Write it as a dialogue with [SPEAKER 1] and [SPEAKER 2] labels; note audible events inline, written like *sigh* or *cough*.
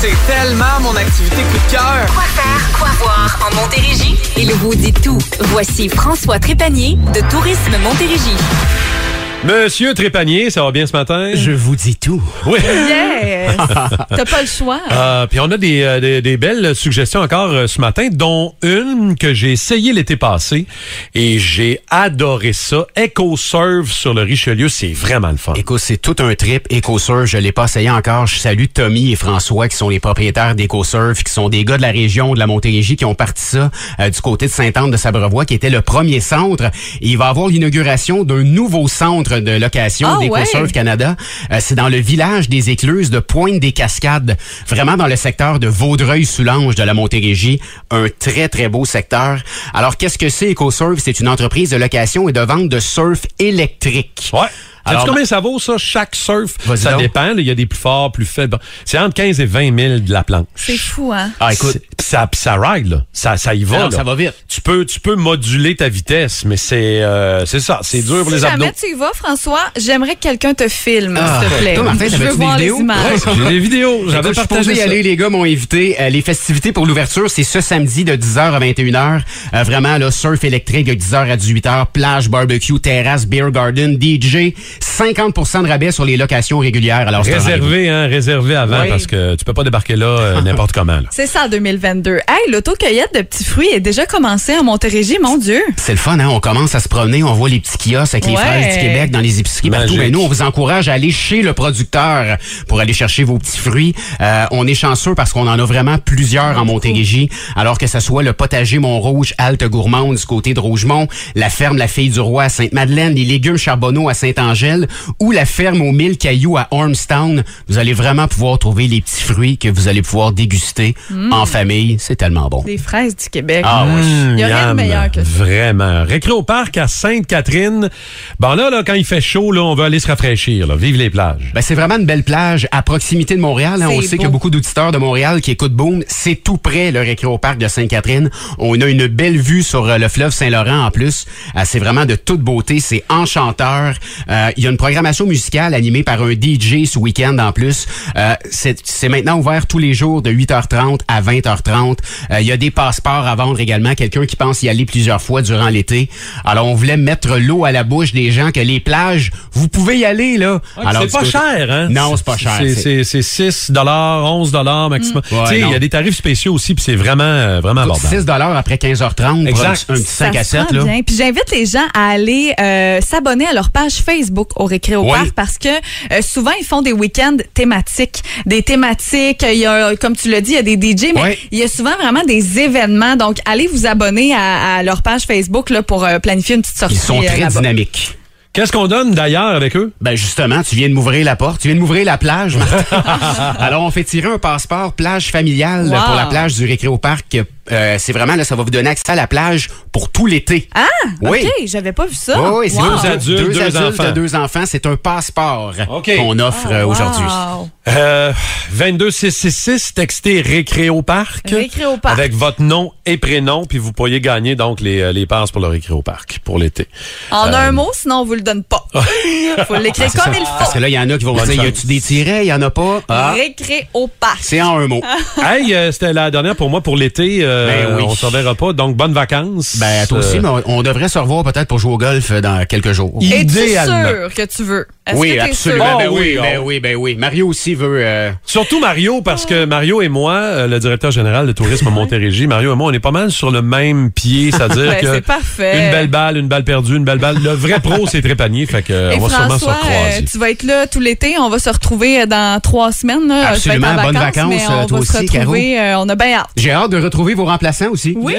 [SPEAKER 1] c'est tellement mon activité coup de cœur.
[SPEAKER 2] Quoi faire, quoi voir en Montérégie? Il vous dit tout. Voici François Trépanier de Tourisme Montérégie.
[SPEAKER 3] Monsieur Trépanier, ça va bien ce matin?
[SPEAKER 4] Je vous dis tout.
[SPEAKER 3] Oui.
[SPEAKER 5] Yes! T'as pas le choix.
[SPEAKER 3] Euh, puis on a des, euh, des, des belles suggestions encore euh, ce matin, dont une que j'ai essayé l'été passé et j'ai adoré ça. EcoSurf sur le Richelieu, c'est vraiment le fun.
[SPEAKER 4] Écoute, c'est tout un trip EcoSurf. Je l'ai pas essayé encore. Je salue Tommy et François qui sont les propriétaires d'EcoSurf, qui sont des gars de la région de la Montérégie qui ont parti ça euh, du côté de Sainte-Anne de Sabrevois, qui était le premier centre. Et il va avoir l'inauguration d'un nouveau centre de location
[SPEAKER 5] Ah,
[SPEAKER 4] d'EcoSurf
[SPEAKER 5] ouais?
[SPEAKER 4] Canada. Euh, c'est dans le village des Écluses de Pointe-des-Cascades, vraiment dans le secteur de Vaudreuil-Soulanges de la Montérégie. Un très, très beau secteur. Alors, qu'est-ce que c'est EcoSurf? C'est une entreprise de location et de vente de surf électrique.
[SPEAKER 3] Ouais. Alors,
[SPEAKER 4] Alors,
[SPEAKER 3] combien ça vaut, ça, chaque surf?
[SPEAKER 4] Vas-y
[SPEAKER 3] Ça
[SPEAKER 4] donc.
[SPEAKER 3] dépend. là, Il y a des plus forts, plus faibles. C'est entre 15 et 20 000 de la planche.
[SPEAKER 5] C'est fou, hein?
[SPEAKER 4] Ah, écoute,
[SPEAKER 3] C'est- ça, ça ride, là. Ça, ça y va.
[SPEAKER 4] Non,
[SPEAKER 3] là.
[SPEAKER 4] ça va vite.
[SPEAKER 3] Tu peux, tu peux moduler ta vitesse, mais c'est, euh, c'est ça. C'est dur pour
[SPEAKER 5] si
[SPEAKER 3] les abdos.
[SPEAKER 5] jamais tu y vas, François, j'aimerais que quelqu'un te filme,
[SPEAKER 4] Ah.
[SPEAKER 5] s'il te plaît.
[SPEAKER 4] Toi, Martin,
[SPEAKER 5] Je
[SPEAKER 4] t'avais-tu
[SPEAKER 5] veux
[SPEAKER 4] des
[SPEAKER 5] voir les
[SPEAKER 4] vidéos?
[SPEAKER 5] images.
[SPEAKER 3] Ouais, j'ai des vidéos.
[SPEAKER 4] Écoute,
[SPEAKER 3] J'avais
[SPEAKER 4] je suis
[SPEAKER 3] partagé
[SPEAKER 4] supposé y
[SPEAKER 3] ça.
[SPEAKER 4] aller, les gars m'ont invité. Euh, les festivités pour l'ouverture, c'est ce samedi de 10h à 21h. Euh, vraiment, là, surf électrique de 10h à 18h, plage, barbecue, terrasse, beer garden, DJ. 50 de rabais sur les locations régulières. Alors, c'est un rendez-vous.
[SPEAKER 3] Réservé, hein, réservé avant
[SPEAKER 4] Oui.
[SPEAKER 3] parce que tu peux pas débarquer là euh,
[SPEAKER 5] *laughs*
[SPEAKER 3] n'importe comment. là.
[SPEAKER 5] C'est ça, 2022. Hey, l'autocueillette de petits fruits est déjà commencée en Montérégie, mon Dieu.
[SPEAKER 4] C'est le fun, hein? On commence à se promener, on voit les petits kiosques avec les
[SPEAKER 5] Ouais.
[SPEAKER 4] fraises du Québec dans les épiceries partout.
[SPEAKER 3] Magique.
[SPEAKER 4] Mais nous, on vous encourage à aller chez le producteur pour aller chercher vos petits fruits. Euh, on est chanceux parce qu'on en a vraiment plusieurs en Montérégie. Alors que ce soit le potager Mont-Rouge, Halte Gourmande du côté de Rougemont, la ferme La Fille du Roi à Sainte-Madeleine, les légumes Charbonneau à Saint-Angèle ou la ferme aux Mille Cailloux à Ormstown, vous allez vraiment pouvoir trouver les petits fruits que vous allez pouvoir déguster en famille. C'est tellement bon.
[SPEAKER 5] Des fraises du Québec.
[SPEAKER 4] Ah oui.
[SPEAKER 5] Il y a rien de
[SPEAKER 3] Miam,
[SPEAKER 5] meilleur que ça.
[SPEAKER 3] Vraiment. Récré au parc à Sainte-Catherine. Bon, là, là, quand il fait chaud, là, on veut aller se rafraîchir. Là. Vive les plages.
[SPEAKER 4] Ben, c'est vraiment une belle plage à proximité de Montréal. hein. On
[SPEAKER 5] C'est
[SPEAKER 4] sait qu'il y a
[SPEAKER 5] beau.
[SPEAKER 4] beaucoup d'auditeurs de Montréal qui écoutent Boom. C'est tout près, le récré au parc de Sainte-Catherine. On a une belle vue sur euh, le fleuve Saint-Laurent en plus. Ah, c'est vraiment de toute beauté. C'est enchanteur. Euh, Il y a une programmation musicale animée par un DJ ce week-end en plus. Euh, c'est c'est maintenant ouvert tous les jours de 8h30 à 20h30. Euh, Il y a des passeports à vendre également. Quelqu'un qui pense y aller plusieurs fois durant l'été. Alors, on voulait mettre l'eau à la bouche des gens que les plages, vous pouvez y aller, là.
[SPEAKER 3] Ah, puis c'est
[SPEAKER 4] du
[SPEAKER 3] pas
[SPEAKER 4] côté-
[SPEAKER 3] cher, hein?
[SPEAKER 4] Non, c'est pas cher.
[SPEAKER 3] C'est-
[SPEAKER 4] C'est- Mm.
[SPEAKER 3] C'est c'est 6 11 maximum.
[SPEAKER 4] Ouais,
[SPEAKER 3] tu sais, il y
[SPEAKER 4] non.
[SPEAKER 3] a des tarifs spéciaux aussi, puis c'est vraiment, euh, vraiment
[SPEAKER 4] coûte
[SPEAKER 3] abordable.
[SPEAKER 4] 6 après 15h30 pour un,
[SPEAKER 3] Exact.
[SPEAKER 4] un petit 5
[SPEAKER 5] Ça
[SPEAKER 4] à
[SPEAKER 5] se
[SPEAKER 4] 7.
[SPEAKER 5] prend
[SPEAKER 4] Là.
[SPEAKER 5] bien. Puis j'invite les gens à aller euh, s'abonner à leur page Facebook au Récré au
[SPEAKER 4] Oui.
[SPEAKER 5] Parc parce que euh, souvent ils font des week-ends thématiques, des thématiques. euh, Il y a, comme tu l'as dit, il y a des DJ, mais
[SPEAKER 4] Oui.
[SPEAKER 5] il y a souvent vraiment des événements. Donc allez vous abonner à, à leur page Facebook là pour euh, planifier une petite sortie.
[SPEAKER 4] Ils sont
[SPEAKER 5] euh,
[SPEAKER 4] très
[SPEAKER 5] là-bas.
[SPEAKER 4] dynamiques.
[SPEAKER 3] Qu'est-ce qu'on donne d'ailleurs avec eux?
[SPEAKER 4] Ben justement, tu viens de m'ouvrir la porte, tu viens de m'ouvrir la plage.
[SPEAKER 5] *laughs*
[SPEAKER 4] Martin. Alors on fait tirer un passeport plage familiale
[SPEAKER 5] Wow.
[SPEAKER 4] pour la plage du récré au parc. Euh, c'est vraiment là, ça va vous donner accès à la plage pour tout l'été.
[SPEAKER 5] Ah,
[SPEAKER 4] Oui.
[SPEAKER 5] ok, j'avais pas vu ça.
[SPEAKER 4] Oui, oui, c'est
[SPEAKER 5] Wow.
[SPEAKER 3] Deux adultes,
[SPEAKER 4] deux,
[SPEAKER 3] deux
[SPEAKER 4] adultes,
[SPEAKER 3] enfants.
[SPEAKER 4] deux enfants. C'est un passeport
[SPEAKER 3] OK.
[SPEAKER 4] qu'on offre euh, aujourd'hui.
[SPEAKER 5] Ah, Wow.
[SPEAKER 3] Euh, 22666, textez Récré au parc.
[SPEAKER 5] Récré au parc.
[SPEAKER 3] Avec votre nom et prénom, puis vous pourriez gagner donc les, euh, les passes pour le Récré au parc pour l'été.
[SPEAKER 5] En un mot, sinon on vous le
[SPEAKER 4] *laughs*
[SPEAKER 5] donne pas. Faut l'écrire
[SPEAKER 4] Euh. C'est
[SPEAKER 5] comme
[SPEAKER 4] ça.
[SPEAKER 5] il
[SPEAKER 4] Parce que
[SPEAKER 5] faut.
[SPEAKER 4] là, il y en a qui vont vous
[SPEAKER 3] Bonne
[SPEAKER 4] dire, y
[SPEAKER 3] chance.
[SPEAKER 4] a-tu des tirets? Il y en a pas? Ah,
[SPEAKER 5] Récré au parc.
[SPEAKER 4] c'est en un
[SPEAKER 5] *laughs*
[SPEAKER 4] mot.
[SPEAKER 3] hey, euh, c'était la dernière pour moi pour l'été. Euh,
[SPEAKER 4] Ben oui.
[SPEAKER 3] On s'en verra pas. Donc, bonnes vacances.
[SPEAKER 4] Ben, toi aussi,
[SPEAKER 3] Euh,
[SPEAKER 4] mais on, on devrait se revoir peut-être pour jouer au golf euh, dans quelques jours.
[SPEAKER 5] Es-tu
[SPEAKER 3] idéalement.
[SPEAKER 5] sûr que tu veux? Est-ce que
[SPEAKER 4] Oui,
[SPEAKER 5] t'es
[SPEAKER 4] absolument.
[SPEAKER 5] sûr?
[SPEAKER 4] ben
[SPEAKER 3] Oh, oui,
[SPEAKER 4] oui, ben
[SPEAKER 3] on-
[SPEAKER 4] oui, ben oui. Mario aussi veut. euh,
[SPEAKER 3] Surtout Mario, parce que Mario et moi, euh, le directeur général de Tourisme Montérégie, Mario et moi, on est pas mal sur le même pied, c'est-à-dire
[SPEAKER 5] *laughs* Ben,
[SPEAKER 3] que
[SPEAKER 5] c'est parfait.
[SPEAKER 3] une belle balle, une balle perdue, une belle balle. Le vrai pro, c'est Trépanier, fait que euh,
[SPEAKER 5] Et
[SPEAKER 3] on va sûrement se
[SPEAKER 5] François,
[SPEAKER 3] recroiser.
[SPEAKER 5] euh, tu vas être là tout l'été. On va se retrouver euh, dans trois semaines. là.
[SPEAKER 4] Absolument.
[SPEAKER 5] Je vais être en
[SPEAKER 4] Bonnes
[SPEAKER 5] vacances,
[SPEAKER 4] vacances,
[SPEAKER 5] mais on
[SPEAKER 4] euh, toi
[SPEAKER 5] va se
[SPEAKER 4] aussi, Caro.
[SPEAKER 5] retrouver. euh, on a bien hâte.
[SPEAKER 4] J'ai hâte de retrouver vos remplaçants aussi.
[SPEAKER 5] Oui.